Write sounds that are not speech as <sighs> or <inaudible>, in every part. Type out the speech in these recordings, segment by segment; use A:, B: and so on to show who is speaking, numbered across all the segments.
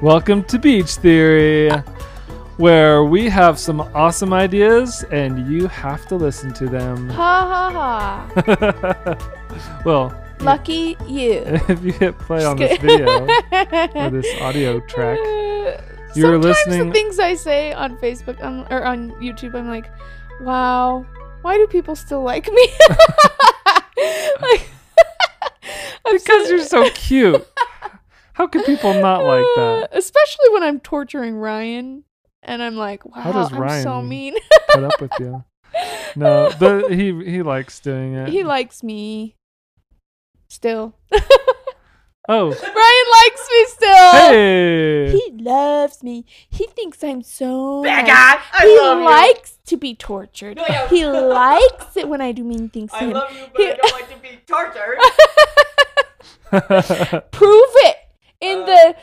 A: Welcome to Beach Theory, where we have some awesome ideas and you have to listen to them. <laughs>
B: Ha ha ha.
A: well, <laughs>
B: Lucky you.
A: if you hit play on this
B: Just
A: video
B: <laughs>
A: or this audio track, You were
B: Sometimes
A: listening-
B: the things I say on Facebook um, or on YouTube, I'm like, wow, why do people still like me? <laughs> like, <laughs> I'm
A: because
B: so-
A: you're so
B: <laughs>
A: cute. How could people not like that?
B: Uh, <laughs> Especially when I'm torturing Ryan, and I'm like, wow,
A: does
B: I'm so
A: Ryan-
B: mean. <laughs>
A: Put up with you. No, but he he likes doing it.
B: he likes me. Still, <laughs>
A: oh,
B: Ryan likes me still.
A: hey, <laughs>
B: He loves me. He thinks I'm so. nice. he likes to be tortured.
C: No, yeah.
B: He likes it when I do mean things to
C: I
B: him.
C: love you, but
B: He-
C: I don't like to be
B: <laughs>
C: tortured.
B: Prove it in
C: Uh,
B: the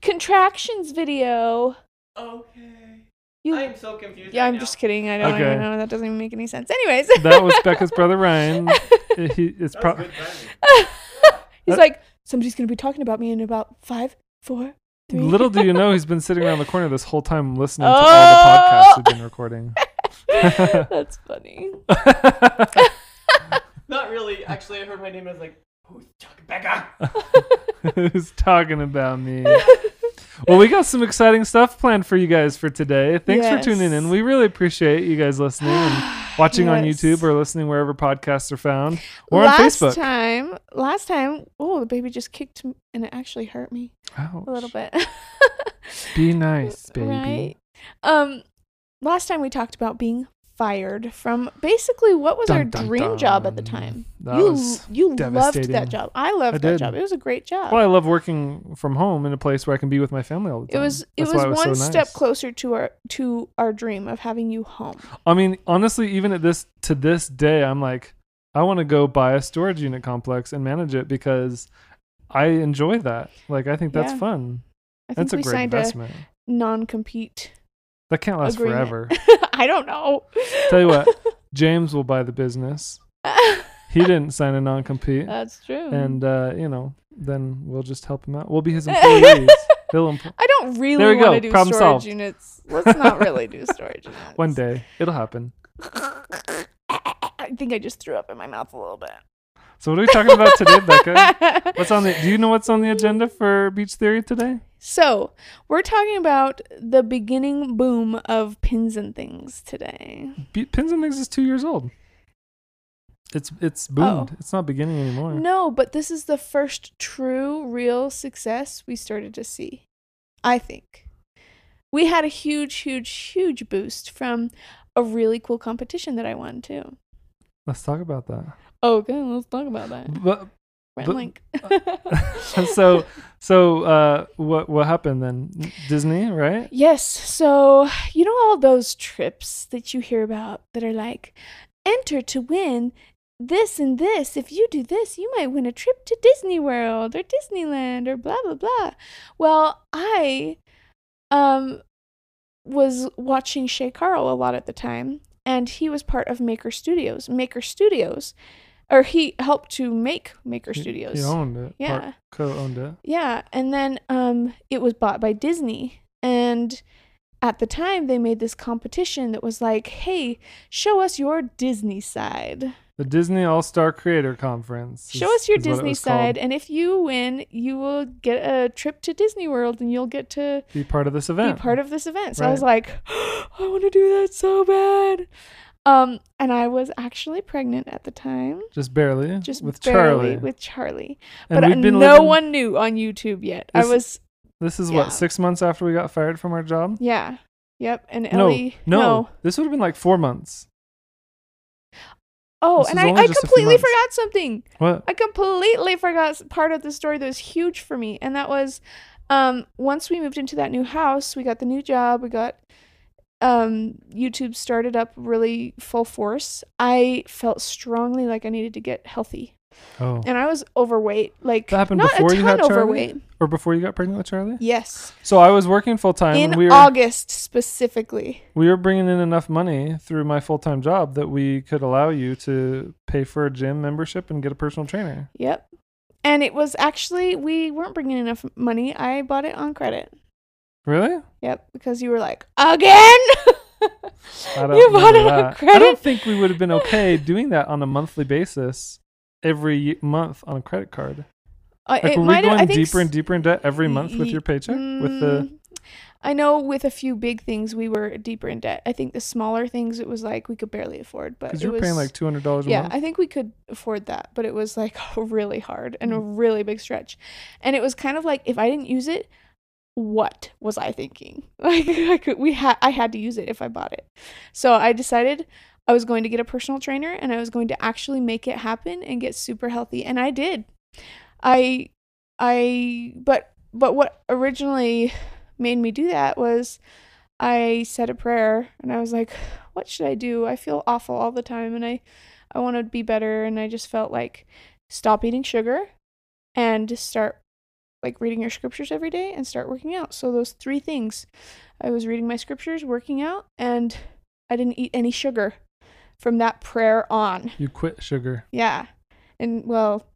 B: contractions video.
C: okay.
B: You.
C: I'm so confused.
B: yeah,
C: right
B: I'm
C: now.
B: just kidding. I don't
A: Okay.
B: even know. That doesn't even make any sense. Anyways,
A: that was Becca's brother Ryan. He, it's
C: That's
A: pro-
C: good timing.
B: <laughs> he's
A: Uh,
B: like, somebody's gonna be talking about me in about five, four, three.
A: Little <laughs> do you know, he's been sitting around the corner this whole time listening to all the podcasts
B: Oh.
A: we've been recording.
B: <laughs> That's funny. Oh!
A: <laughs>
C: Not really. Actually, I heard my name. I was like, who's talking Becca?
A: Who's talking about me? Well, we got some exciting stuff planned for you guys for today. Thanks
B: Yes.
A: for tuning in. We really appreciate you guys listening and watching on
B: Yes.
A: YouTube or listening wherever podcasts are found or
B: last
A: on Facebook.
B: time, last time, oh, the baby just kicked me, and it actually hurt me
A: Ouch.
B: a little bit.
A: Be <laughs> nice,
B: <laughs>
A: baby.
B: Right? Um, last time we talked about being fired from basically what was our
A: Dun, dun,
B: dream job at the
A: dun.
B: time.
A: That
B: you
A: was
B: you loved
A: devastating.
B: that job. I loved
A: I
B: that
A: did.
B: job. It was a great job.
A: Well, I love working from home in a place where I can be with my family all the
B: it
A: time.
B: was it
A: That's
B: was,
A: why
B: one
A: so
B: step
A: nice.
B: closer to our to our dream of having you home.
A: I mean, honestly, even at this to this day, I'm like, I want to go buy a storage unit complex and manage it because I enjoy that. Like, I think that's
B: Yeah.
A: fun.
B: I think
A: That's a
B: we
A: great
B: signed
A: investment.
B: a
A: <laughs>
B: non compete.
A: that can't last
B: agreement.
A: forever.
B: <laughs> I don't know.
A: Tell you what, James will buy the business. He didn't sign a non-compete,
B: <laughs> That's true.
A: and uh, you know, then we'll just help him out. We'll
B: <laughs>
A: be his employees. He'll empl-
B: I don't
A: There
B: really
A: we go.
B: want to do
A: Problem
B: storage
A: solved.
B: units. Let's not
A: <laughs>
B: really do storage units.
A: one day it'll happen.
B: I think I just threw up in my mouth a little bit.
A: So, what are we talking about today,
B: <laughs>
A: Becca? What's on the? Do you know what's on the agenda for Beach Theory today?
B: so, we're talking about the beginning boom of pins and things today.
A: Be- Pins and Things is two years old. It's it's boomed. It's not beginning anymore.
B: Oh. No, but this is the first true, real success we started to see. I think. We had a huge, huge, huge boost from a really cool competition that I won too. Oh,
A: Let's talk about that.
B: Okay, let's talk about that.
A: But <laughs>
B: Friend
A: but- uh,
B: link.
A: so so uh, what what happened then? Disney, right?
B: Yes. So, you know, all those trips that you hear about that are like, enter to win this and this. If you do this, you might win a trip to Disney World or Disneyland or blah, blah, blah. Well, I um, was watching Shay Carl a lot at the time, and he was part of Maker Studios. Maker Studios, or he helped to make Maker
A: He-
B: Studios.
A: He owned it.
B: Yeah.
A: Co owned it.
B: Yeah, and then um it was bought by Disney and at the time they made this competition that was like, "Hey, show us your Disney side.
A: The Disney All Star Creator Conference.
B: Show
A: is-
B: us your
A: is what it
B: Disney
A: was called.
B: side and if you win, you will get a trip to Disney World and you'll get to
A: Be part of this event.
B: be part of this event." So I was
A: Right.
B: like, <gasps> "I want to do that so bad." Um and I was actually pregnant at the time,
A: Just barely.
B: just
A: with
B: barely
A: Charlie.
B: with Charlie.
A: and
B: but
A: we've been
B: no
A: living-
B: one knew on YouTube yet. I
A: This-
B: was
A: This is
B: yeah.
A: what six months after we got fired from our job.
B: Yeah. Yep. And
A: No,
B: Ellie.
A: no, This would have been like four months.
B: Oh,
A: This
B: and
A: was
B: I,
A: only
B: I
A: just a few
B: completely
A: months.
B: forgot something.
A: What?
B: I completely forgot s- part of the story that was huge for me, and that was, um, once we moved into that new house, we got the new job, we got, um, YouTube started up really full force. I felt strongly like I needed to get healthy,
A: Oh.
B: and I was overweight, like
A: That happened
B: not
A: before
B: a
A: you
B: ton
A: had Charlie?
B: overweight.
A: Or before you got pregnant with Charlie?
B: Yes,
A: So I was working full time
B: in
A: and we were
B: August specifically.
A: we were bringing in enough money through my full time job that we could allow you to pay for a gym membership and get a personal trainer.
B: Yep. And it was actually, we weren't bringing enough money. I bought it on credit.
A: Really?
B: Yep, because you were like, again? <laughs> Uh,
A: I don't
B: you bought
A: remember
B: it on
A: that. I don't
B: credit?
A: think we would have been okay doing that on a monthly basis every y- month on a credit card.
B: Uh,
A: Like,
B: it
A: were we
B: might have-
A: going
B: I think
A: deeper
B: s-
A: and deeper in debt every month with
B: Ye-
A: your paycheck? With the
B: Mm, I know with a few big things we were deeper in debt. I think the smaller things it was like we could barely afford, but
A: because
B: it
A: you were
B: was
A: paying like two hundred dollars a
B: yeah,
A: month.
B: I think we could afford that, but it was like <laughs> really hard and a really big stretch. And it was kind of like if I didn't use it, what was I thinking? <laughs> Like I could we had I had to use it if I bought it. So I decided I was going to get a personal trainer and I was going to actually make it happen and get super healthy and I did. I I but but what originally made me do that was I said a prayer and I was like, what should I do? I feel awful all the time and I I want to be better. And I just felt like stop eating sugar and just start like reading your scriptures every day and start working out. So, those three things I was reading my scriptures, working out, and I didn't eat any sugar from that prayer on.
A: You quit sugar.
B: Yeah. And well,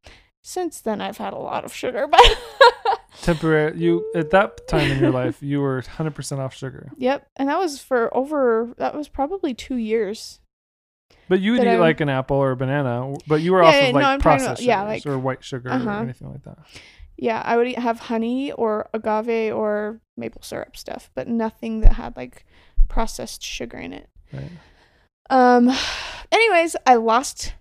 B: since then I've had a lot of sugar, but <laughs>
A: Temporary. You at that time in your life, you were hundred percent off sugar.
B: yep. And that was for over, that was probably two years.
A: But you would
B: But
A: eat
B: I-
A: like an apple or a banana, but you were
B: Yeah,
A: off
B: yeah,
A: of
B: no,
A: like
B: I'm talking
A: processed
B: about-
A: sugars
B: yeah, like-
A: or white sugar
B: uh-huh.
A: or anything like that.
B: Yeah, I would eat- have honey or agave or maple syrup stuff, but nothing that had like processed sugar in it.
A: Right.
B: Um <sighs> anyways, I lost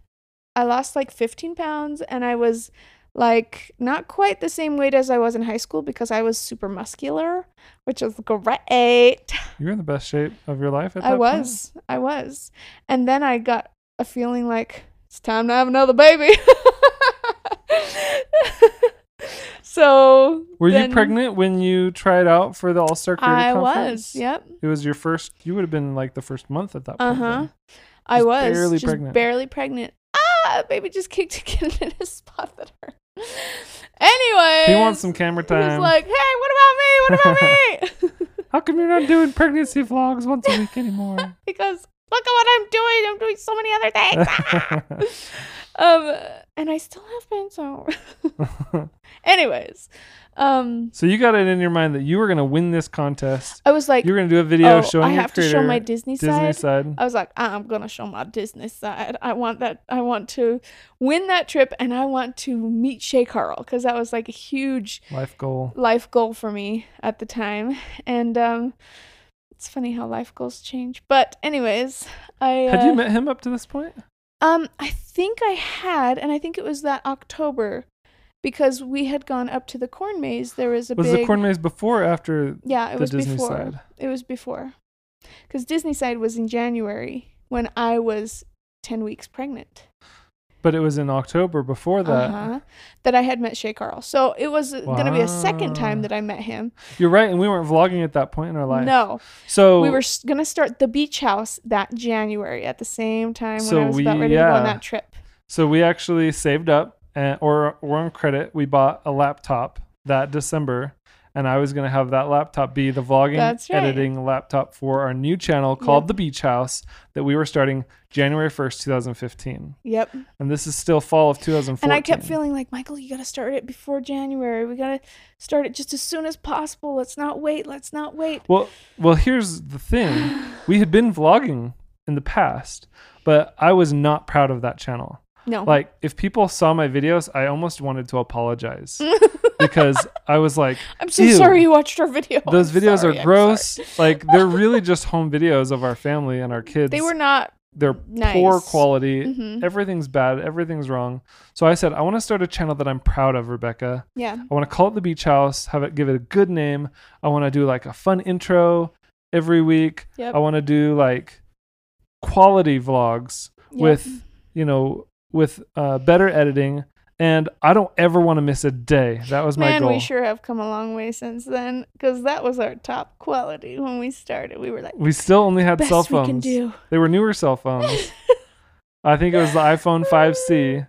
B: I lost like 15 pounds and I was like not quite the same weight as I was in high school because I was super muscular, which is great.
A: You were in the best shape of your life at that
B: I
A: point.
B: was. I was. And then I got a feeling like it's time to have another baby. <laughs> so
A: Were
B: then
A: you pregnant when you tried out for the All Star Creative
B: I
A: Conference?
B: was. Yep.
A: It was your first. You would have been like the first month at that point.
B: Uh huh. I
A: Just
B: was
A: barely
B: just
A: pregnant.
B: barely pregnant. Ah, baby just kicked <laughs> again in a spot that hurt. Anyway,
A: He wants some camera
B: He was
A: time.
B: like, "Hey, what about me? What about
A: <laughs>
B: me?" <laughs>
A: How come you're not doing pregnancy vlogs once a week anymore? <laughs>
B: because look at what I'm doing. I'm doing so many other things. um, and I still have been so. Anyways, um,
A: so you got it in your mind that you were gonna win this contest.
B: I was like,
A: You were gonna do a video
B: "Oh,
A: showing
B: I
A: your
B: have to
A: creator
B: show my Disney,
A: Disney
B: side.
A: side.
B: I was like, "Uh, I'm gonna show my Disney side. I want that. I want to win that trip, and I want to meet Shay Carl because that was like a huge
A: life goal.
B: life goal for me at the time. And um, it's funny how life goals change. But anyways, I
A: Had
B: uh,
A: you met him up to this point?
B: um, I think I had, and I think it was that October because we had gone up to the corn maze. There was a
A: Was
B: big
A: the corn maze before or after?
B: yeah, it
A: the
B: was
A: Disney
B: before.
A: side?
B: It was before. Because Disney side was in January when I was 10 weeks pregnant.
A: But it was in October before that.
B: Uh-huh. That I had met Shay Carl. So it was going to be a second time
A: Wow.
B: that I met him.
A: You're right, and we weren't vlogging at that point in our life.
B: No.
A: So
B: we were s- gonna start the beach house that January at the same time when I
A: So
B: was
A: we-
B: about ready to go on
A: yeah.
B: that trip.
A: So we actually saved up and, or or on credit. We bought a laptop that December, and I was gonna have that laptop be the vlogging
B: That's right.
A: editing laptop for our new channel called The Beach House that we were starting January first, two thousand fifteen.
B: Yep.
A: And this is still fall of two thousand fourteen.
B: And I kept feeling like Michael, you gotta start it before January. We gotta start it just as soon as possible. Let's not wait. Let's not wait.
A: Well, well, here's the thing.
B: <sighs>
A: We had been vlogging in the past, but I was not proud of that channel.
B: No.
A: Like, if people saw my videos, I almost wanted to
B: <laughs>
A: apologize because I was like,
B: I'm so
A: ew.
B: sorry you watched our video.
A: those
B: Oh, I'm
A: videos
B: sorry,
A: are
B: I'm
A: gross.
B: sorry.
A: <laughs> like they're really just home videos of our family and our kids.
B: They were not.
A: they're
B: nice.
A: poor quality.
B: Mhm.
A: Everything's bad. Everything's wrong. So I said, I want to start a channel that I'm proud of, Rebecca.
B: Yeah.
A: I want to call it the Beach House. Have it give it a good name. I want to do like a fun intro every week.
B: Yep.
A: I want to do like quality vlogs
B: Yep.
A: with you know with uh, better editing. And I don't ever want to miss a day. That was my
B: Man,
A: goal.
B: we sure have come a long way since then, because that was our top quality when we started. We were like,
A: We still only had
B: best
A: cell
B: we
A: phones.
B: can do.
A: They were newer cell
B: <laughs>
A: phones. I think it was the iPhone 5C. I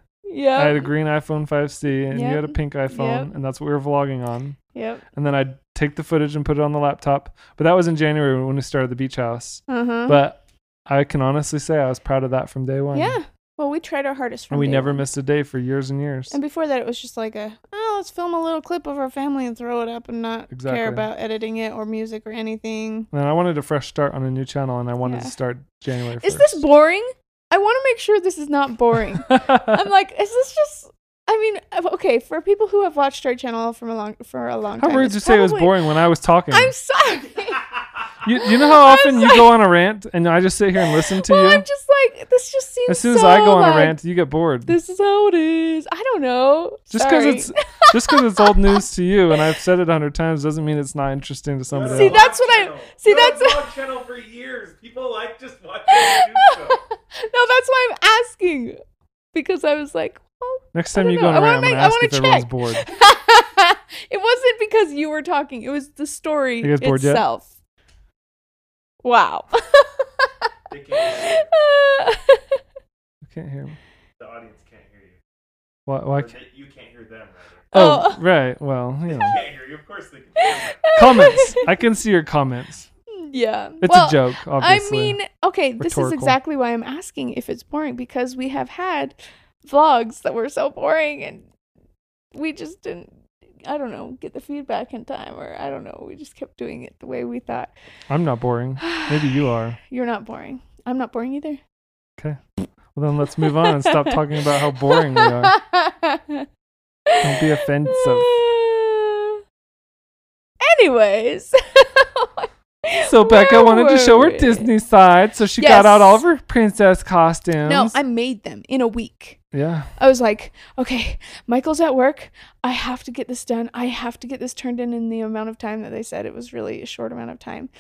A: had a
B: Yeah.
A: green iPhone 5C and you had a
B: Yep.
A: pink iPhone,
B: Yep.
A: and that's what we were vlogging on.
B: Yep.
A: And then I'd take the footage and put it on the laptop. But that was in January when we started the beach house.
B: Uh huh.
A: But I can honestly say I was proud of that from day one.
B: Yeah, Well, we tried our hardest. From
A: and we
B: day
A: never
B: one.
A: missed a day for years and years.
B: And before that, it was just like a, oh, let's film a little clip of our family and throw it up and not
A: Exactly.
B: care about editing it or music or anything.
A: And I wanted a fresh start on a new channel, and I wanted
B: Yeah.
A: to start January 1st.
B: Is this
A: <laughs>
B: boring? I want to make sure this is not boring. I'm like, is this just? I mean, uh, okay, for people who have watched our channel from a long for a long
A: How
B: time.
A: rude
B: it's
A: to say it was
B: probably-
A: boring when I was talking.
B: I'm sorry.
A: you, you know how
B: I'm
A: often you
B: sorry.
A: go on a rant and I just sit here and listen <laughs> to
B: <laughs> well,
A: you?
B: I'm just like this. Just seems
A: as soon as
B: so,
A: I go on
B: like,
A: a rant, you get bored.
B: This is how it is. I don't know.
A: just
B: Sorry.
A: it's <laughs> just because it's old news
B: <laughs>
A: to you, and I've said it a hundred times, doesn't mean it's not interesting to <laughs> somebody
B: See,
A: else.
B: that's what I- see, that's-
C: blog channel for years. People like just watching you do
B: <laughs>
C: stuff.
B: no, that's why I'm asking because I was like, well, <laughs>
A: Next
B: I
A: time
B: don't
A: you go on
B: know.
A: a
B: I
A: rant, I'm
B: wanna
A: gonna
B: make- I
A: ask
B: wanna
A: if everyone's
B: check.
A: bored.
B: it wasn't because you were talking. It was the story
A: You guys bored yet?
B: itself. Wow. <laughs>
C: They can't hear you.
A: You can't hear me.
C: The audience can't hear you.
A: Why? why
C: Or
A: can't-
C: they- you can't hear them. Rather.
A: oh,
B: Oh.
A: right. Well, you know.
C: They can't hear you. Of course they
B: <laughs>
C: can. Hear you.
A: comments. I can see your comments.
B: yeah.
A: It's
B: well,
A: a joke,
B: I
A: obviously.
B: mean, okay, this is
A: Rhetorical.
B: exactly why I'm asking if it's boring because we have had vlogs that were so boring and we just didn't I don't know, get the feedback in time or I don't know, we just kept doing it the way we thought. <sighs>
A: I'm not boring. Maybe you are.
B: You're not boring. I'm not boring either.
A: Well, then let's move on and stop talking about how boring we
B: <laughs>
A: are.
B: are.
A: Don't be offensive.
B: <sighs> Anyways.
A: So
B: <laughs>
A: Becca
B: Where
A: wanted to
B: were
A: show her
B: we?
A: Disney side, so she got out all of
B: Yes.
A: her princess costumes.
B: No, I made them in a week.
A: yeah.
B: I was like, okay, Michael's at work. I have to get this done. I have to get this turned in in the amount of time that they said. It was really a short amount of time.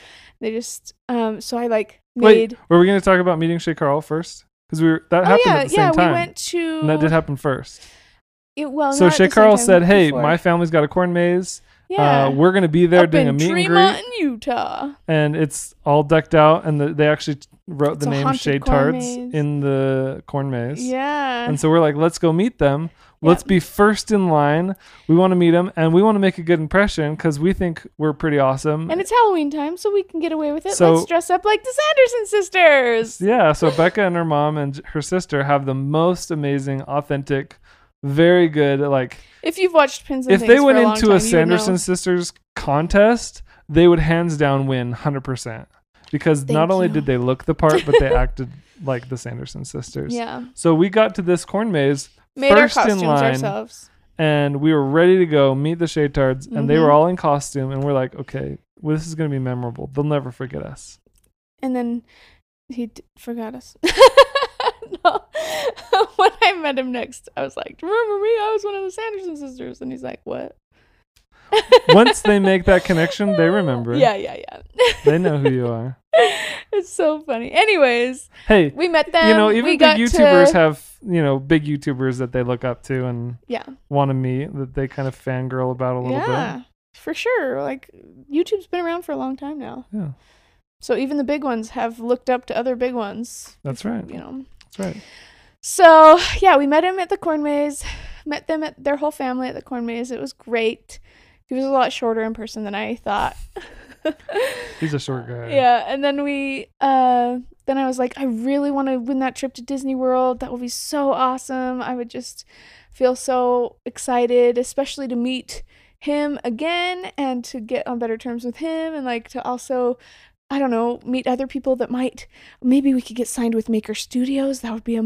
B: They just, um, so I like made.
A: Wait, were we going to talk about meeting Shay Carl first? Because we were, that
B: oh
A: happened
B: yeah,
A: at the same
B: yeah.
A: time.
B: We went to.
A: and that did happen first.
B: It, well,
A: so
B: not at
A: Shay
B: the same
A: Carl
B: time,
A: said, "Hey,
B: before.
A: my family's got a corn maze.
B: yeah,
A: Uh, we're going to be there
B: up
A: doing
B: in
A: a meet
B: Tremont,
A: and greet,
B: Utah.
A: and it's all decked out. And the, they actually t- wrote
B: It's
A: the
B: a
A: name
B: haunted
A: Shade
B: corn
A: Tards
B: maze.
A: in the corn maze.
B: Yeah,
A: And so we're like, let's go meet them. Let's
B: Yep.
A: be first in line. We want to meet them, and we want to make a good impression because we think we're pretty awesome.
B: and it's Halloween time, so we can get away with it.
A: So-
B: Let's dress up like the Sanderson sisters.
A: Yeah, so Becca and her mom and her sister have the most amazing, authentic, very good. Like,
B: If you've watched Pins and
A: if
B: Things
A: they went
B: for a long
A: into
B: time,
A: a
B: you would
A: Sanderson
B: know.
A: sisters contest, they would hands down win 100%. Because not
B: Thank
A: only
B: you.
A: did they look the part, but they acted <laughs> like the Sanderson sisters.
B: yeah,
A: So we got to this corn maze
B: made
A: first
B: our
A: in
B: costumes
A: line.
B: ourselves.
A: and we were ready to go meet the Shade Tards, and they were
B: Mhm.
A: all in costume, and we're like, okay, well, this is gonna be memorable. They'll never forget us. <laughs>
B: and then he d- forgot us. <laughs> no. <laughs> when I met him next, I was like, "Remember me? I was one of the Sanderson sisters." And he's like, "What?"
A: Once they make that connection,
B: <laughs>
A: they remember.
B: Yeah, yeah,
A: They know who you are.
B: yeah. <laughs> it's so funny. Anyways, <laughs>
A: Hey,
B: we met them.
A: you know, even
B: we
A: big
B: got
A: YouTubers
B: to-
A: have you know big YouTubers that they look up to and
B: yeah,
A: want to meet that they kind of fangirl about a little
B: yeah, for sure. Like YouTube's been around for a long time now,
A: bit. Yeah,
B: so even the big ones have looked up to other big ones.
A: that's right.
B: You know,
A: That's right.
B: So yeah, we met him at the corn maze. Met them at their whole family at the corn maze. It was great. He was a lot shorter in person than I thought.
A: He's a short guy.
B: yeah, and then we uh then I was like, I really want to win that trip to Disney World. That would be so awesome. I would just feel so excited, especially to meet him again and to get on better terms with him and like to also I don't know, meet other people that might maybe we could get signed with Maker Studios. That would be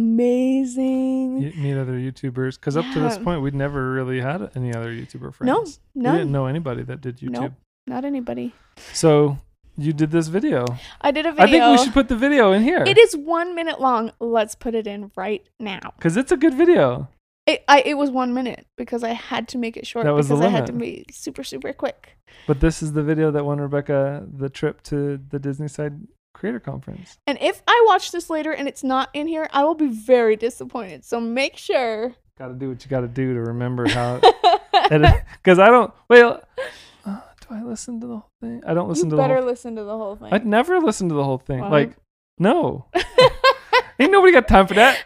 B: amazing.
A: Y- Meet other YouTubers because up to this
B: Yeah.
A: point we'd never really had any other YouTuber
B: No,
A: friends. we
B: none.
A: didn't know anybody that did YouTube.
B: Nope. Not anybody.
A: So you did this video.
B: I did a video.
A: I think we should put the video in here
B: It is one minute long. Let's put it in right now.
A: because it's a good video.
B: It, I, it was one minute because I had to make it short
A: That was the
B: because I had to be
A: limit.
B: super, super quick.
A: But this is the video that won Rebecca the trip to the Disney Side Creator Conference.
B: And if I watch this later and it's not in here, I will be very disappointed. So make sure.
A: Got to do what you got to do to remember
B: <laughs>
A: how. Because I don't. Well, uh, do I listen to the whole thing? I don't listen
B: you
A: to the
B: better
A: whole.
B: listen to the whole thing.
A: I'd never listen to the whole thing.
B: Why?
A: Like,
B: <laughs>
A: no. Ain't nobody got time for that.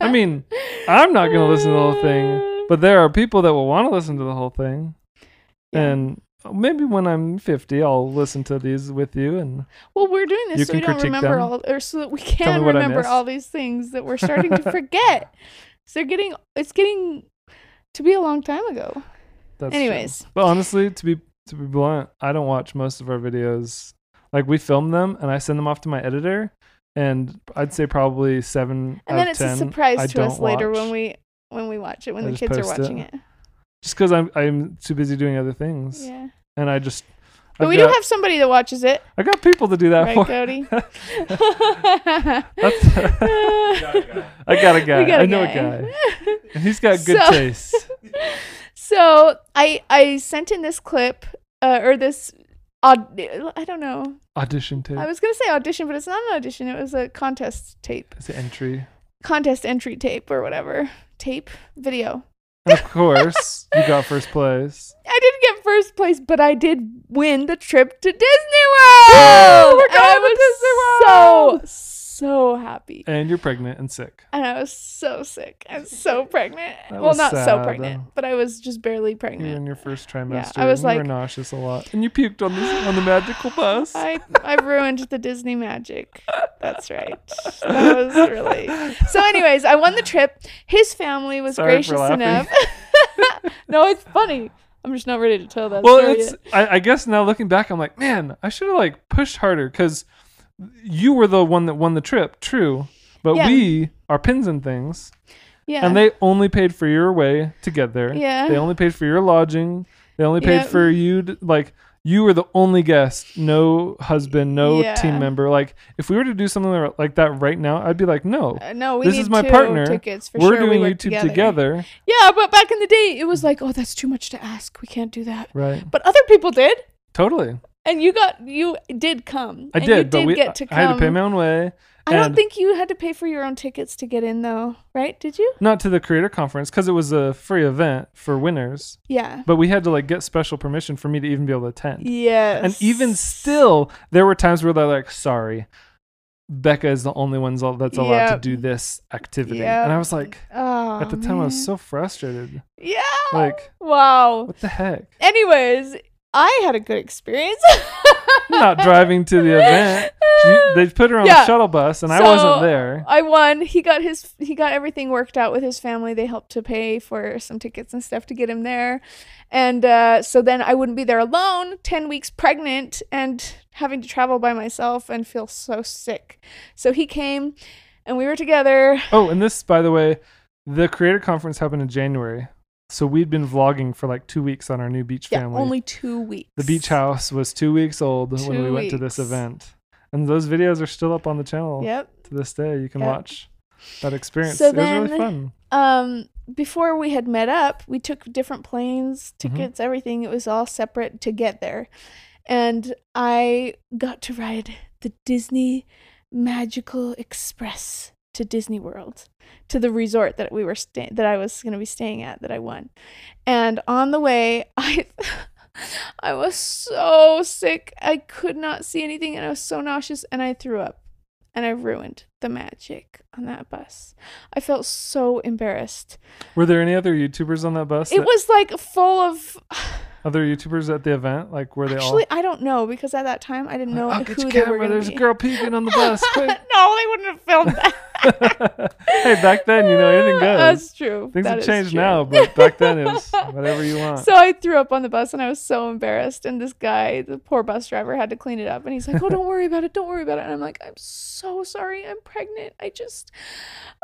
A: I mean, I'm not
B: <laughs>
A: gonna listen to the whole thing, but there are people that will want to listen to the whole thing.
B: Yeah.
A: And maybe when I'm 50, I'll listen to these with you. And
B: Well, we're doing this
A: You
B: so we
A: can
B: don't
A: critique
B: remember
A: them.
B: all, or so that we
A: me
B: can
A: what I
B: remember
A: missed.
B: all these things that we're starting
A: <laughs>
B: to forget. So they're getting, it's getting to be a long time ago.
A: that's true.
B: Anyways,
A: But honestly, to be to be blunt, I don't watch most of our videos. Like we film them and I send them off to my editor, and I'd say probably seven.
B: and
A: out
B: then
A: of
B: it's
A: 10,
B: a surprise
A: I
B: to us
A: don't
B: later
A: watch.
B: when we when we watch it when
A: I
B: the
A: just
B: kids are
A: post it.
B: watching it.
A: just because I'm I'm too busy doing other things,
B: Yeah,
A: and I just.
B: but
A: I've
B: we
A: got,
B: do have somebody that watches it,
A: I got people to do that
B: right,
A: for.
B: Cody?
A: <laughs>
B: <laughs>
A: I got a guy.
B: We got a
A: I know
B: guy.
A: a guy,
B: <laughs>
A: and he's got good
B: So- <laughs>
A: taste.
B: so I I sent in this clip uh, or this. Aud- I don't know.
A: Audition tape.
B: I was gonna say audition, but it's not an audition. It was a contest tape,
A: It's an entry,
B: contest entry tape, or whatever tape video.
A: and of course, you got first place.
B: I didn't get first place, but I did win the trip to Disney World.
A: we're
B: And I
A: going to
B: was so so happy,
A: And you're pregnant and sick.
B: and I was so sick
A: <laughs>
B: and so pregnant.
A: That
B: well,
A: was
B: not so
A: sad,
B: pregnant,
A: though.
B: but I was just barely
A: You were
B: pregnant.
A: in your first trimester.
B: I was
A: and you
B: like-
A: were nauseous a lot, and you puked on this on the magical bus.
B: <sighs> I I ruined the Disney magic. That's right.
A: <laughs>
B: That was really. So, anyways, I won the trip. His family was
A: Sorry for
B: gracious
A: laughing.
B: enough. <laughs> no, it's funny. I'm just not ready to tell that
A: well,
B: story.
A: it's.
B: yet.
A: I, I guess now looking back, I'm like, man, I should have like pushed harder because you were the one that won the trip. True, but
B: Yeah.
A: we are pins and things,
B: yeah.
A: and they only paid for your way to get there.
B: Yeah.
A: they only paid for your lodging. They only paid
B: Yep.
A: for you. To, like you were the only guest, no husband, no
B: Yeah.
A: team member. Like if we were to do something like that right now, I'd be like, no.
B: Uh, no, we
A: this
B: need
A: is my
B: two
A: partner.
B: tickets for
A: We're
B: sure.
A: doing
B: we work
A: YouTube together,
B: Yeah, but back in the day, it was like, oh, that's too much to ask. We can't do that.
A: right?
B: But other people did,
A: Totally.
B: and you got you did come.
A: I
B: and
A: did,
B: you
A: but we
B: get to come.
A: I had to pay my own way.
B: I don't
A: and-
B: think you had to pay for your own tickets to get in, though, right? Did you?
A: Not to the creator conference because it was a free event for winners,
B: Yeah.
A: but we had to like get special permission for me to even be able to attend.
B: Yes.
A: And even still, there were times where they're like, "Sorry, Becca is the only one's al- that's allowed
B: Yep.
A: to do this activity,"
B: Yep.
A: and I was like,
B: oh,
A: at the time, I was
B: man.
A: so frustrated.
B: yeah.
A: Like,
B: wow.
A: what the heck?
B: Anyways, I had a good experience.
A: Not driving to
B: <laughs>
A: the event. She- they put her on
B: Yeah.
A: a shuttle bus, and I
B: So,
A: wasn't there.
B: I won. He got his he got everything worked out with his family. They helped to pay for some tickets and stuff to get him there. And uh, so then I wouldn't be there alone, 10 weeks pregnant and having to travel by myself and feel so sick. So he came and we were together.
A: Oh, and this, by the way, the creator conference happened in January. So we'd been vlogging for like two weeks on our new beach
B: Yeah,
A: family.
B: only 2 weeks.
A: the beach house was two weeks old when
B: Two
A: we went to this
B: weeks.
A: event. And those videos are still up on the channel
B: Yep.
A: to this day. You can
B: Yep.
A: watch that experience.
B: So
A: it was really
B: then-
A: fun.
B: um before we had met up we took different planes tickets everything it was all separate to get there and i got to ride the disney magical express to disney world to the resort that we were staying that i was going to be staying at that i won and on the way <laughs> i i was so sick i could not see anything and i was so nauseous and i threw up and i ruined the magic on that bus I felt so embarrassed.
A: Were there any other YouTubers on that bus?
B: It
A: that-
B: was like full of.
A: other YouTubers at the event? Like, were they
B: Actually, I don't know because at that time I didn't know
A: all? "Oh,
B: who
A: your
B: they were.
A: camera.
B: gonna
A: There's a
B: be.
A: girl peeking on the bus. Quick.
B: <laughs>
A: <laughs>
B: no, they wouldn't have filmed that.
A: hey, back then, you know, anything goes.
B: <laughs> That's true.
A: Things
B: That
A: have
B: is
A: changed
B: true.
A: now, but back then it
B: <laughs>
A: was whatever you want.
B: So I threw up on the bus and I was so embarrassed. And this guy, the poor bus driver, had to clean it up. And he's like, Oh, don't worry about it. Don't worry about it. And I'm like, I'm so sorry. I'm pregnant. I just,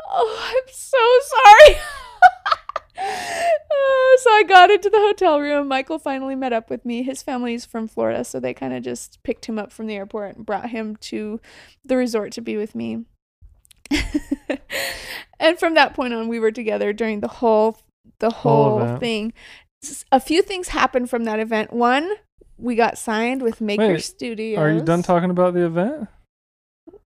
B: oh, I'm so sorry. <laughs> Uh, so I got into the hotel room. Michael finally met up with me. His family's from Florida. So they kind of just picked him up from the airport and brought him to the resort to be with me. <laughs> and from that point on, we were together during the whole the
A: Whole
B: whole
A: event.
B: thing. S- A few things happened from that event. One, we got signed with Maker
A: Wait,
B: Studios.
A: Are you done talking about the event?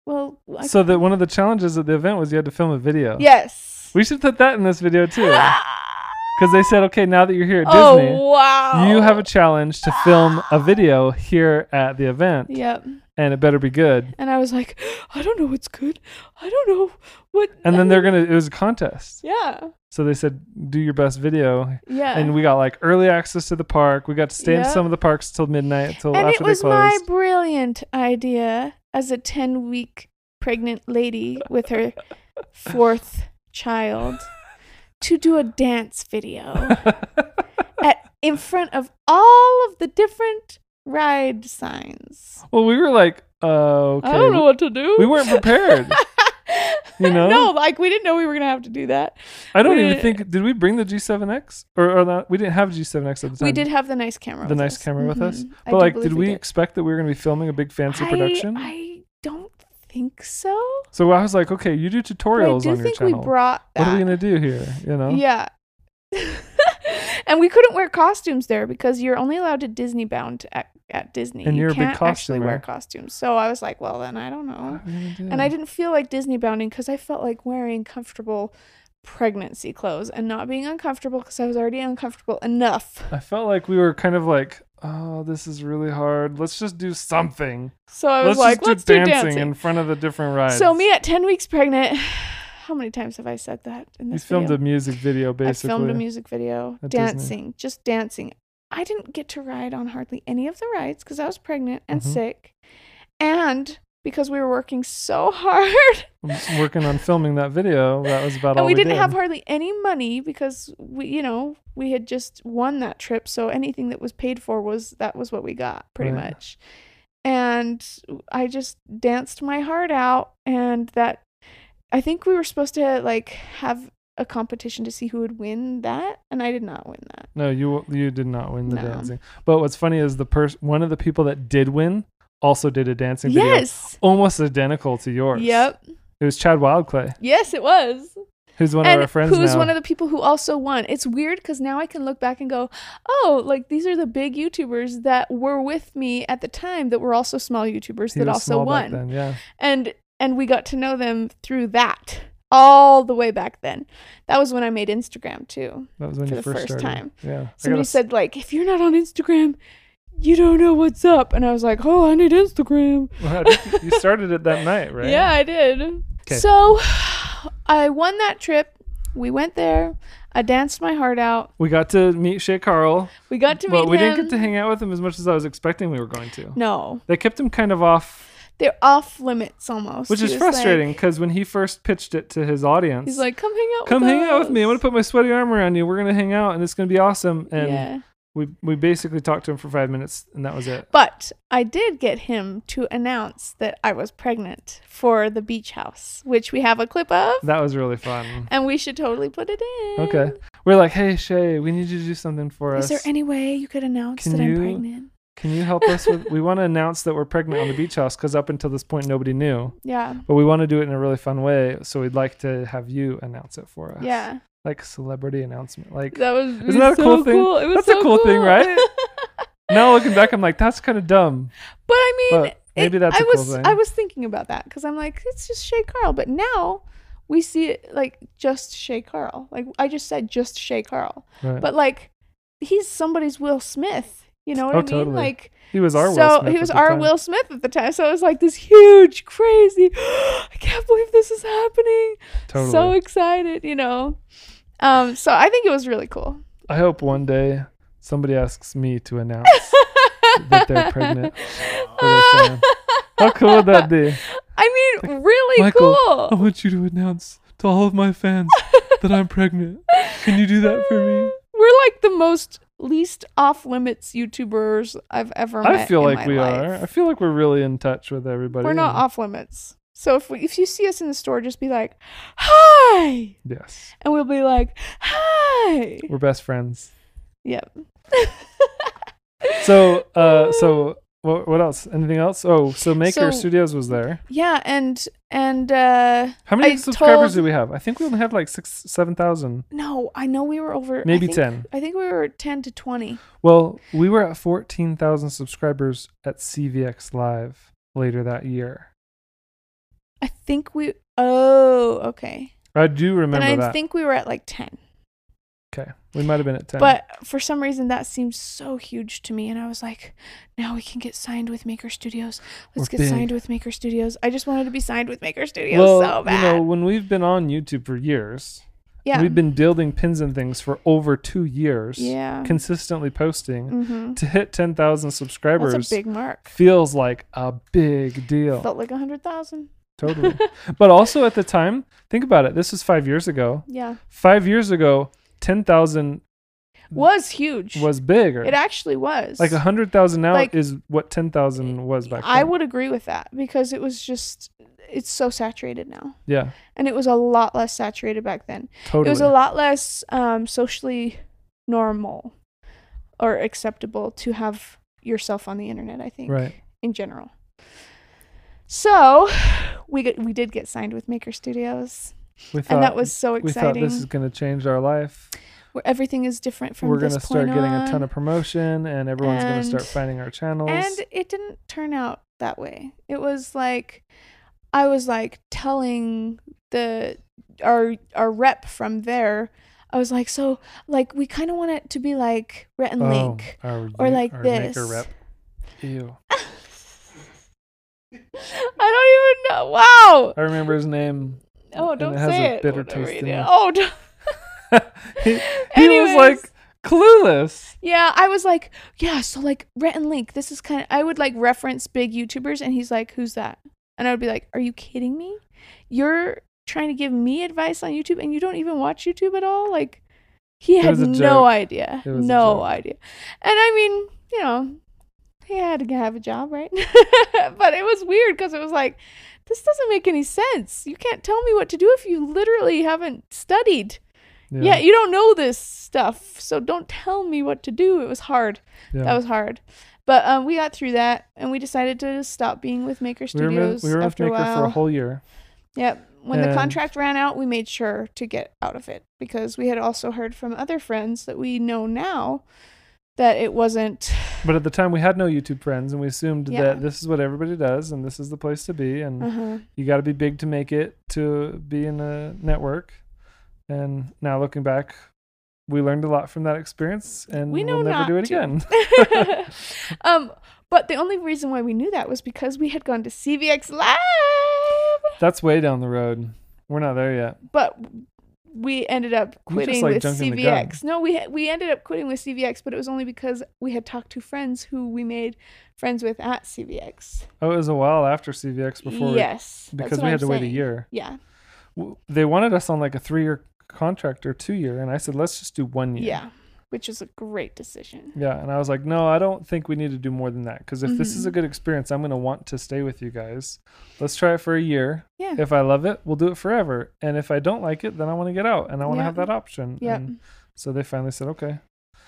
B: Well, I-
A: So that one of the challenges at the event was you had to film a video.
B: yes.
A: We should put that in this video
B: <laughs>
A: too. Because they said, okay, now that you're here at
B: oh
A: Disney,
B: wow!
A: you have a challenge to film a video here at the event.
B: Yep.
A: and it better be good.
B: And I was like, <gasps> I don't know what's good. I don't know what.
A: And
B: <laughs>
A: then they're
B: I-
A: gonna. It was a contest,
B: Yeah.
A: so they said do your best video,
B: Yeah.
A: and we got like early access to the park. We got to stay in
B: Yeah.
A: some of the parks till midnight, till
B: and
A: after
B: it was
A: they closed.
B: my brilliant idea as a 10 week pregnant lady with her fourth child to do a dance
A: <laughs>
B: video at in front of all of the different ride signs.
A: well, we were like, uh, okay,
B: I don't know what to do.
A: we weren't
B: <laughs>
A: prepared. you know?
B: no, like we didn't know we were going to have to do that.
A: I don't
B: We
A: even
B: did-
A: think did we bring the G7X or, or not? We didn't have G7X at the time.
B: We did have the nice camera.
A: the
B: with
A: nice
B: us.
A: camera with us,
B: Mhm.
A: but
B: I do
A: like,
B: believe
A: did we
B: did.
A: expect that we were going to be filming a big fancy
B: I-
A: production?
B: I don't think so.
A: so I was like, okay, you do
B: But I
A: tutorials
B: do
A: on your
B: think we
A: channel.
B: brought that.
A: what are we going to do here? You know?
B: Yeah. <laughs> and we couldn't wear costumes there because you're only allowed to Disney bound at, at Disney.
A: And
B: you
A: you're a big
B: can't actually wear
A: costumer.
B: costumes. So I was like, well, then I don't know.
A: What are we gonna do?
B: And I didn't feel like Disney bounding because I felt like wearing comfortable pregnancy clothes and not being uncomfortable because I was already uncomfortable enough.
A: I felt like we were kind of like, oh, this is really hard. Let's just do something.
B: So I was
A: let's
B: like,
A: just
B: let's
A: do
B: do
A: dancing,
B: dancing.
A: in front of the different rides.
B: So me at 10 weeks pregnant, <sighs> how many times have I said that in
A: we
B: this
A: filmed
B: video?
A: a music video basically.
B: I filmed a music video,
A: at Disney.
B: dancing, just dancing. I didn't get to ride on hardly any of the rides because I was pregnant and
A: Mhm.
B: sick, and because we were working so <laughs> hard,
A: I'm working on filming that video. That was about
B: and
A: all
B: we
A: we
B: didn't
A: did.
B: have hardly any money because we, you know, we had just won that trip, so anything that was paid for was that was what we got pretty
A: Right.
B: much. And I just danced my heart out, and that I think we were supposed to like have a competition to see who would win that, and I did not win that.
A: No, you you did not win the
B: No.
A: dancing. But what's funny is the person, one of the people that did win, also did a dancing video,
B: Yes.
A: almost identical to yours.
B: Yep.
A: It was Chad Wildclay,
B: Yes, it was.
A: who's one of
B: and
A: our friends
B: who's
A: now.
B: one of the people who also won? It's weird because now I can look back and go, oh, like these are the big YouTubers that were with me at the time that were also small YouTubers
A: He
B: that
A: was
B: also
A: small back
B: won,
A: then, yeah,
B: and and we got to know them through that all the way back then. That was when I made Instagram too.
A: that was when
B: For
A: you
B: the
A: first,
B: first
A: started.
B: time.
A: Yeah, I
B: Somebody
A: gotta-
B: said like, if you're not on Instagram, you don't know what's up, and I was like, oh, I need Instagram.
A: <laughs> Well, I think you started it that night, right?
B: <laughs> Yeah, I did.
A: 'Kay.
B: So <sighs> I won that trip. We went there. I danced my heart out.
A: We got to meet Shay Carl,
B: We got to
A: but
B: meet
A: we
B: him.
A: didn't get to hang out with him as much as I was expecting we were going to.
B: No,
A: They kept him kind of off,
B: they're off limits almost.
A: which
B: He
A: is
B: was
A: frustrating
B: like-
A: because when he first pitched it to his audience,
B: he's like, "Come hang out.
A: "Come
B: with
A: hang out with me. I'm
B: us."
A: gonna put my sweaty arm around you. We're gonna hang out, and it's gonna be awesome." And
B: yeah,
A: we we basically talked to him for five minutes and that was it
B: but I did get him to announce that I was pregnant for the beach house, which we have a clip of,
A: that was really
B: <laughs>
A: fun
B: and we should totally put it in.
A: okay we're like hey shay we need you to do something for
B: Is
A: us
B: there any way you could announce
A: Can
B: that
A: you-
B: I'm pregnant?
A: can you help us with we want to announce that we're pregnant on the beach house because up until this point nobody knew
B: Yeah,
A: but we want to do it in a really fun way so we'd like to have you announce it for us
B: yeah.
A: like celebrity announcement like
B: <laughs> That was it was
A: that a
B: so
A: cool thing?
B: It was
A: That's a
B: so
A: cool thing, right?
B: <laughs>
A: now
B: look
A: looking back i'm like that's kind of dumb
B: But I mean,
A: But maybe
B: it-
A: that's
B: I
A: a cool
B: was
A: thing.
B: I was thinking about that because I'm like, it's just Shay Carl. But now we see it like just Shay Carl. Like I just said, just Shay Carl.
A: right.
B: But like, he's somebody's Will Smith. You know what
A: Oh,
B: I mean?
A: totally.
B: Like,
A: he was our
B: so
A: will Smith
B: he
A: at
B: was
A: the
B: our
A: time.
B: Will Smith at the time. So it was like this huge, crazy. <gasps> I can't believe this is happening.
A: totally
B: So excited, you know. Um, so I think it was really cool.
A: i hope one day somebody asks me to announce that
B: <laughs>
A: they're pregnant for their fan. how cool would that
B: <laughs>
A: be
B: I mean, really
A: Michael, I
B: cool.
A: want you to announce to all of my fans that I'm pregnant. Can you do that for
B: <laughs>
A: me?
B: We're like the most least off limits YouTubers I've ever met.
A: I feel
B: in
A: like
B: my
A: we are.
B: life.
A: I feel like we're really in touch with everybody.
B: We're not
A: and-
B: off limits. So if we, if you see us in the store, just be like, "Hi,"
A: Yes,
B: and we'll be like, "Hi."
A: we're best friends.
B: Yep.
A: So, uh, so what, what else? Anything else? Oh, so Maker
B: So-
A: Studios was there.
B: <laughs> yeah, and and uh
A: How many
B: I
A: subscribers do
B: told-
A: we have? I think we only have like six, seven thousand,
B: no, I know we were over I
A: maybe
B: think-
A: ten.
B: I think we were ten to twenty.
A: Well, we were at fourteen thousand subscribers at CVX Live later that year.
B: I think we. Oh, okay.
A: I do remember
B: then I
A: that.
B: think we were at like ten.
A: Okay, we might have been at ten.
B: But for some reason, that seemed so huge to me, and I was like, "Now we can get signed with Maker Studios. Let's
A: We're
B: get
A: big."
B: signed with Maker Studios." I just wanted to be signed with Maker Studios
A: well,
B: so bad.
A: you know, when we've been on YouTube for years,
B: yeah,
A: we've been building pins and things for over two years,
B: yeah.
A: consistently posting.
B: mm-hmm.
A: To hit ten thousand subscribers
B: That's a big mark.
A: feels like a big deal.
B: Felt like a hundred thousand.
A: totally.
B: <laughs>
A: but also at the time, think about it. This was five years ago.
B: Yeah,
A: Five years ago, ten thousand
B: was huge.
A: Mm. was bigger.
B: it actually was
A: like a hundred thousand now
B: Like-
A: is what ten thousand was back then.
B: I would agree with that because it was just it's so saturated now.
A: yeah,
B: And it was a lot less saturated back then.
A: totally.
B: It was a lot less um, socially normal or acceptable to have yourself on the internet, I think,
A: right.
B: in general. So, we get, we did get signed with Maker Studios,
A: We
B: and that was so
A: we thought
B: exciting.
A: this is going to change our life.
B: where everything is different from
A: We're
B: this
A: going to start
B: point
A: getting
B: on.
A: a ton of promotion, and everyone's going
B: And-
A: to start finding our channels.
B: And it didn't turn out that way. It was like I was like telling the our our rep from there. I was like, so like we kind of want it to be like Rhett and
A: Oh,
B: Link.
A: our
B: or
A: u-
B: like
A: our
B: this.
A: Maker rep. Ew.
B: <laughs> I don't even know. Wow.
A: I remember his name. <laughs>
B: Oh,
A: Uh, And
B: don't
A: it has
B: say
A: a
B: it.
A: bitter
B: Whatever
A: taste
B: you
A: in
B: do.
A: it.
B: Oh, don't-
A: <laughs> he he was like clueless.
B: yeah. I was like, yeah. So like Rhett and Link. This is kind of. I would like reference big YouTubers, and he's like, who's that? And I would be like, are you kidding me? You're trying to give me advice on YouTube, and you don't even watch YouTube at all. Like, he had
A: was a
B: no
A: joke.
B: idea.
A: It was a
B: No
A: joke.
B: idea. And I mean, you know, he had to have a job, right? <laughs> but it was weird because it was like, this doesn't make any sense. You can't tell me what to do if you literally haven't studied. Yeah, you don't know this stuff, so don't tell me what to do. It was hard.
A: yeah.
B: That was hard. But um, we got through that, and we decided to stop being with Maker
A: we were, with,
B: Studios
A: we were with
B: after
A: Maker
B: a while.
A: for a whole year.
B: Yep. When the
A: And-
B: contract ran out, we made sure to get out of it because we had also heard from other friends that we know now that it wasn't.
A: But at the time, we had no YouTube friends, and we assumed
B: Yeah.
A: that this is what everybody does, and this is the place to be, and
B: Uh-huh.
A: you got to be big to make it to be in a network. And now looking back, we learned a lot from that experience, and
B: We know
A: will never
B: not
A: do it
B: to. <laughs>
A: again. <laughs>
B: um, but the only reason why we knew that was because we had gone to CVX Live.
A: That's way down the road. We're not there yet.
B: But we ended up
A: You just,
B: quitting
A: like,
B: with
A: jumped in the gun.
B: CVX. No, we we ended up quitting with CVX, but it was only because we had talked to friends who we made friends with at CVX.
A: Oh, it was a while after CVX before, we-
B: yes, that's
A: because
B: what
A: we had to
B: I'm
A: wait a
B: saying.
A: year.
B: Yeah,
A: W- They wanted us on like a three-year contract or two-year, and I said, let's just do one year.
B: yeah, which was a great decision.
A: Yeah, and I was like, no, I don't think we need to do more than that because if this is
B: Mm-hmm.
A: a good experience, I'm going to want to stay with you guys. Let's try it for a year.
B: Yeah.
A: If I love it, we'll do it forever. And if I don't like it, then I want to get out and I want to
B: Yeah.
A: have that option.
B: Yep,
A: And so they finally said, okay.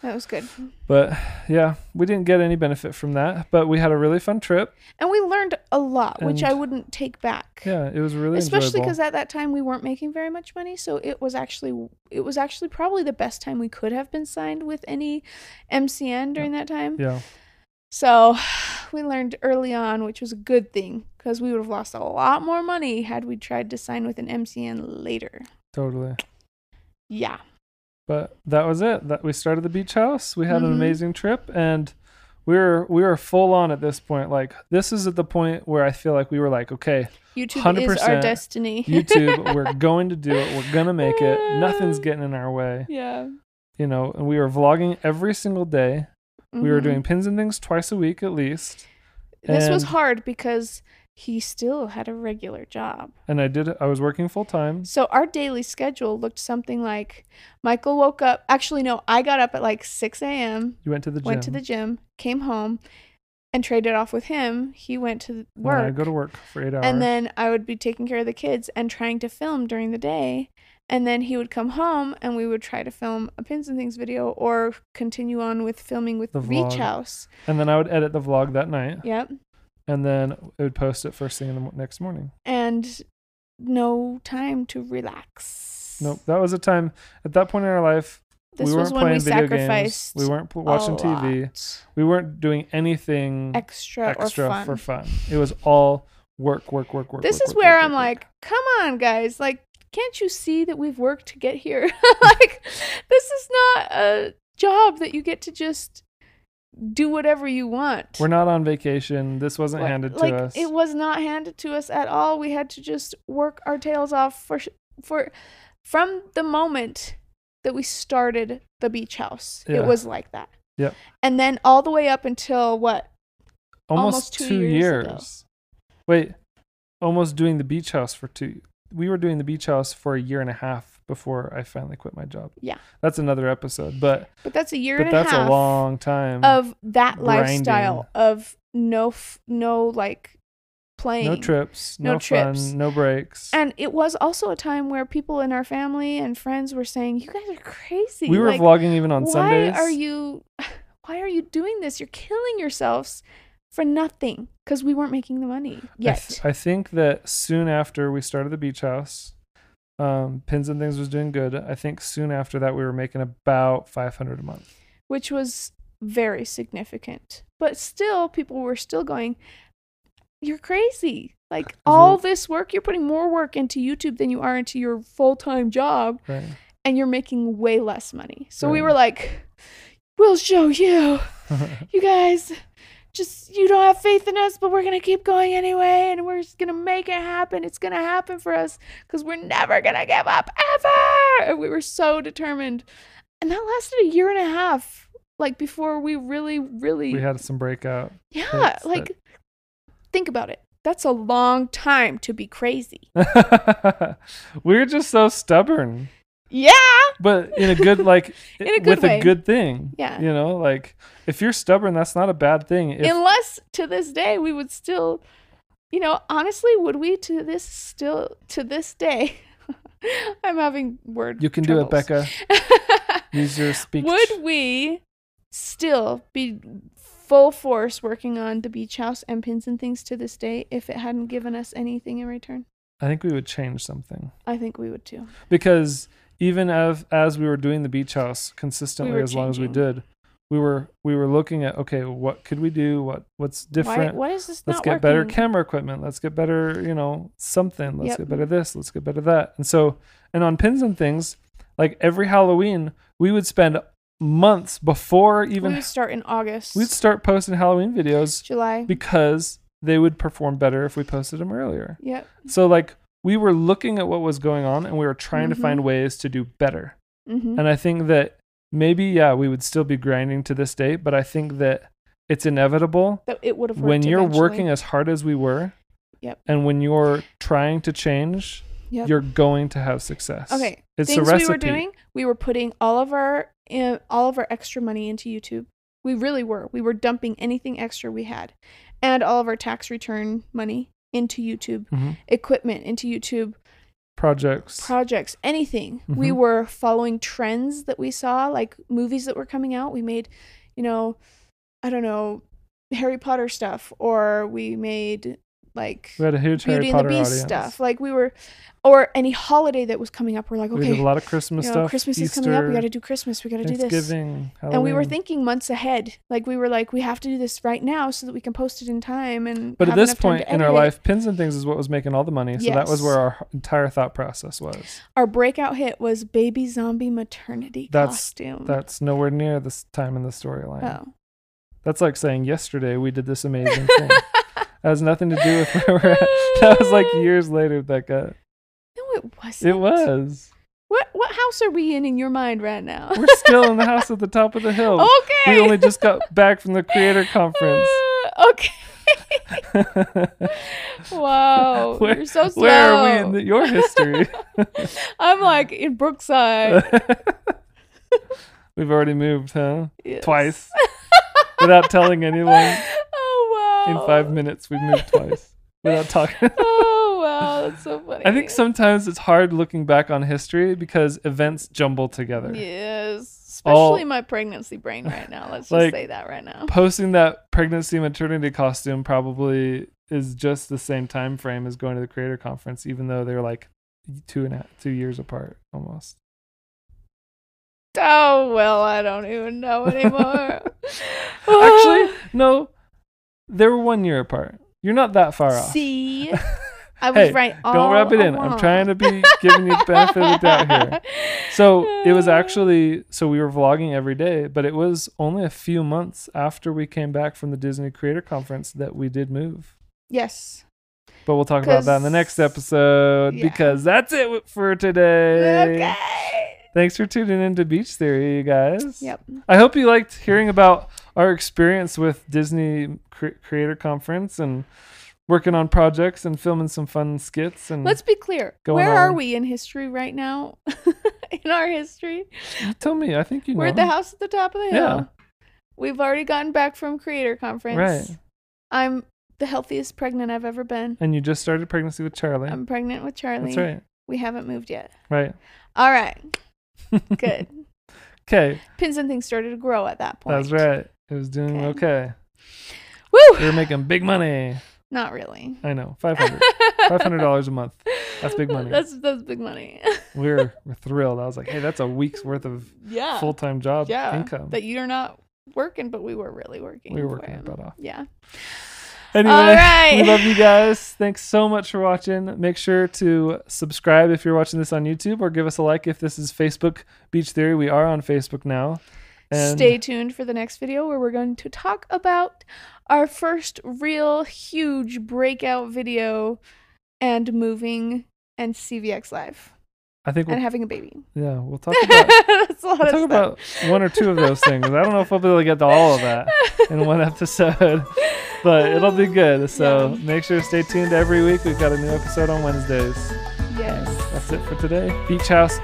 B: that was good,
A: But yeah, we didn't get any benefit from that, but we had a really fun trip.
B: and we learned a lot, which I
A: And-
B: wouldn't take back.
A: Yeah, it was really
B: especially
A: enjoyable.
B: because at that time we weren't making very much money so it was actually it was actually probably the best time we could have been signed with any mcn during that time
A: yeah,
B: so <sighs> we learned early on which was a good thing because we would have lost a lot more money had we tried to sign with an mcn later
A: totally.
B: yeah
A: But that was it. That we started the beach house. We had
B: Mhm.
A: an amazing trip and we were we were full on at this point. Like this is at the point where I feel like we were like, okay,
B: youtube is our
A: 100%
B: destiny <laughs>
A: YouTube. we're going to do it. We're gonna make it. Nothing's getting in our way.
B: yeah
A: You know, and we were vlogging every single day. We were
B: Mhm.
A: doing pins and things twice a week at least.
B: this was
A: and-
B: hard because he still had a regular job
A: And I did I was working full time.
B: So our daily schedule looked something like Michael woke up. Actually, no, I got up at like 6 a.m.,
A: You went to the gym.
B: went to the gym, came home, and traded off with him. He went to
A: And then I
B: work.
A: go to work for eight hours.
B: and then I would be taking care of the kids and trying to film during the day. And then he would come home and we would try to film a Pins and Things video or continue on with filming with
A: The
B: Beach
A: vlog.
B: House.
A: And then I would edit the vlog that night.
B: Yep.
A: And then I would post it first thing in the mo- next morning.
B: And no time to relax.
A: Nope. That was a time at that point in our life
B: This
A: we weren't
B: was when
A: playing
B: we
A: video
B: sacrificed.
A: games. We weren't pl- watching
B: a
A: TV.
B: lot.
A: We weren't doing anything
B: extra,
A: Mm. extra
B: or fun.
A: for fun. It was all work, work, work, work.
B: This
A: work,
B: is
A: work,
B: where
A: work,
B: I'm
A: work, work.
B: like, come on, guys, like can't you see that we've worked to get here? <laughs> like, this is not a job that you get to just do whatever you want.
A: We're not on vacation. This wasn't
B: Like-
A: handed to
B: like,
A: us.
B: It was not handed to us at all. We had to just work our tails off for sh- for from the moment that we started the beach house.
A: Yeah.
B: It was like that.
A: Yep.
B: And then all the way up until what?
A: almost,
B: almost
A: two,
B: two
A: years.
B: years
A: Wait, almost doing the beach house for two. We were doing the beach house for a year and a half before I finally quit my job.
B: Yeah.
A: that's another episode, but
B: But that's a year
A: but
B: and a
A: that's
B: half.
A: a long time.
B: of that
A: grinding.
B: lifestyle of no f- no like playing
A: no trips, no,
B: No trips.
A: fun, no breaks.
B: and it was also a time where people in our family and friends were saying you guys are crazy
A: we were
B: like,
A: vlogging even on
B: why
A: Sundays.
B: are you <laughs> why are you doing this you're killing yourselves for nothing because we weren't making
A: <laughs>
B: the money
A: I,
B: yet
A: th- I think that soon after we started the beach house, um, Pins and Things was doing good. I think soon after that we were making about five hundred a month.
B: which was very significant but still people were still going you're crazy like all this work you're putting more work into youtube than you are into your full-time job
A: Right? <laughs>
B: and you're making way less money. So we
A: Right.
B: were like, we'll show you. You guys, just, you don't have faith in us, but we're going to keep going anyway. And we're just going to make it happen. It's going to happen for us because we're never going to give up ever. And we were so determined. And that lasted a year and a half, like before we really, really,
A: we had some breakout. <laughs>
B: yeah,
A: hits that-
B: like, think about it. That's a long time to be crazy.
A: we're just so stubborn.
B: Yeah.
A: but in a good like
B: <laughs> In a good
A: with
B: way.
A: a good thing
B: Yeah.
A: you know like if you're stubborn that's not a bad thing if,
B: unless to this day we would still you know honestly would we to this still to this day <laughs> i'm having word
A: you can do it
B: troubles.
A: becca
B: <laughs>
A: use your speech
B: would we still be full force working on the beach house and pins and things to this day if it hadn't given us anything in return
A: i think we would change something
B: i think we would too
A: because even as as we were doing the beach house consistently
B: were
A: as long as we
B: changing.
A: did we were we were looking at okay what could we do what what's different
B: Why, why is this
A: let's
B: not
A: get
B: working?
A: better camera equipment let's get better you know something let's
B: Yep.
A: get better this let's get better that and so and on pins and things like every halloween we would spend months before even
B: we would start in august
A: we'd start posting halloween videos
B: july
A: because they would perform better if we posted them earlier
B: yep
A: so like we were looking at what was going on and we were trying to
B: Mhm.
A: find ways to do better
B: hmm
A: and I think that maybe, yeah, we would still be grinding to this day, but I think that it's inevitable
B: that it would have worked
A: when you're
B: eventually.
A: working as hard as we were
B: Yep.
A: and when you're trying to change,
B: Yep.
A: you're going to have success.
B: Okay.
A: It's
B: things
A: a recipe.
B: we were doing, we were putting all of our uh, all of our extra money into YouTube. We really were. We were dumping anything extra we had, and all of our tax return money into YouTube,
A: Mhm.
B: equipment into YouTube,
A: Projects.
B: projects, anything. We
A: Mhm.
B: were following trends that we saw, like movies that were coming out. We made, you know, I don't know, Harry Potter stuff, or we made like
A: we had a huge Harry
B: Beauty and the
A: Potter
B: Beast
A: audience.
B: stuff. Like we were, or any holiday that was coming up. We're like, okay,
A: We did a lot of Christmas
B: you know,
A: stuff.
B: Christmas
A: Easter,
B: is coming up. We got to do Christmas. We got to do this.
A: Thanksgiving,
B: And we were
A: Halloween.
B: thinking months ahead. Like we were like, we have to do this right now so that we can post it in time. And
A: But at
B: have
A: this
B: enough time
A: point
B: to
A: in our
B: edit it.
A: life, pins and things is what was making all the money. So that was
B: Yes.
A: where our entire thought process was.
B: our breakout hit was baby zombie maternity
A: That's-
B: costume.
A: That's nowhere near this time in the storyline.
B: oh,
A: That's like saying yesterday we did this amazing thing. that has nothing to do with where we're at. <laughs> That was like years later, Becca.
B: no, it wasn't.
A: It was.
B: What what house are we in in your mind right now? <laughs>
A: We're still in the house at the top of the hill.
B: okay.
A: We only
B: <laughs>
A: just got back from the creator conference. <laughs>
B: Uh, okay. Wow.
A: <laughs> Where-
B: You're so slow.
A: Where are we in the, your
B: <laughs>
A: history?
B: I'm like in Brookside.
A: We've already moved, huh? <laughs>
B: Yes.
A: Twice. Without telling anyone.
B: <laughs> oh
A: In
B: wow.
A: five minutes, we've moved twice. Without <laughs> talking.
B: oh wow, that's so
A: <laughs>
B: funny.
A: I think sometimes it's hard looking back on history because events jumble together.
B: Yes, especially
A: All-
B: my pregnancy brain right now. Let's just
A: Like-
B: say that right now.
A: posting that pregnancy maternity costume probably is just the same time frame as going to the creator conference, even though they're like two and a, two years apart
B: <laughs>
A: almost.
B: Oh well, I don't even know
A: <laughs>
B: anymore. <laughs>
A: <laughs> Actually, no, they're one year apart. You're not that far off.
B: see, I was
A: Hey,
B: right. All
A: Don't wrap it in.
B: uh-huh.
A: I'm trying to be giving you the benefit of the doubt
B: <laughs>
A: here. So it was actually so we were vlogging every day, but it was only a few months after we came back from the Disney Creator Conference that we did move.
B: yes.
A: But we'll talk about that in the next
B: 'Cause-
A: episode
B: yeah.
A: because that's it w- for today.
B: Okay.
A: Thanks for tuning in to Beach Theory, you guys.
B: Yep.
A: I hope you liked hearing about our experience with Disney Cre- Creator Conference and working on projects and filming some fun skits and
B: Let's be clear.
A: Going
B: Where are
A: on.
B: we in history right now? <laughs> in our history,
A: You tell me. I think you
B: we're
A: know.
B: at the house at the top of the hill.
A: Yeah.
B: We've already gotten back from creator conference.
A: Right.
B: I'm the healthiest pregnant I've ever been.
A: And you just started pregnancy with Charlie.
B: I'm pregnant with Charlie.
A: That's right.
B: We haven't moved yet.
A: Right.
B: All right.
A: <laughs>
B: Good.
A: Okay.
B: Pins and things started to grow at that point.
A: That's right. It was doing okay. We
B: Woo!
A: were making big money.
B: Not really.
A: I know. 500 $500 dollars a month. That's big money.
B: <laughs> That's that's big money. <laughs>
A: We were, we're thrilled. I was like, hey, that's a week's worth of
B: yeah.
A: full time job
B: yeah.
A: income.
B: That you're not working, but we were really working.
A: we were
B: for
A: working our
B: him.
A: butt off.
B: Yeah.
A: Anyway,
B: All right.
A: <laughs> we love you guys. Thanks so much for watching. Make sure to subscribe if you're watching this on YouTube or give us a like if this is Facebook Beach Theory. We are on Facebook now. And
B: Stay tuned for the next video where we're going to talk about our first real huge breakout video and moving and CVX Live
A: I think we'll,
B: and having a baby.
A: yeah, we'll talk about
B: <laughs> That's a
A: we'll
B: lot of
A: talk
B: stuff.
A: about one or two of those things. I don't know if we'll be able to get to all of that in
B: <laughs>
A: one episode, but it'll be good. So
B: Yeah.
A: make sure to stay tuned every week. We've got a new episode on Wednesdays.
B: yes.
A: That's it for today. Beach House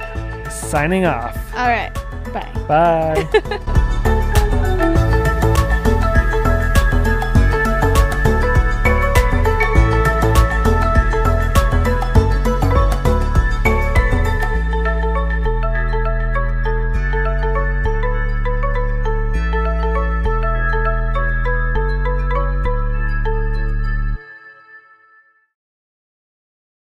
A: signing off.
B: All right. Bye. <laughs>
A: Bye.